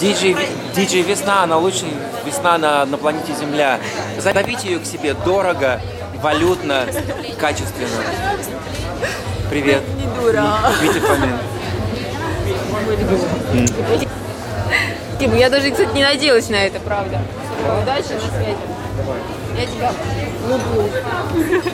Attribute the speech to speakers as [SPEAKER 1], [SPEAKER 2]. [SPEAKER 1] Диджей, диджей Весна, она лучшая весна на, на планете Земля. Зовите ее к себе дорого, валютно, качественно. Привет,
[SPEAKER 2] Не дура.
[SPEAKER 1] Витя Фомин.
[SPEAKER 2] Типа, Я даже, кстати, не надеялась на это, правда. Удачи, на связи. Я тебя люблю.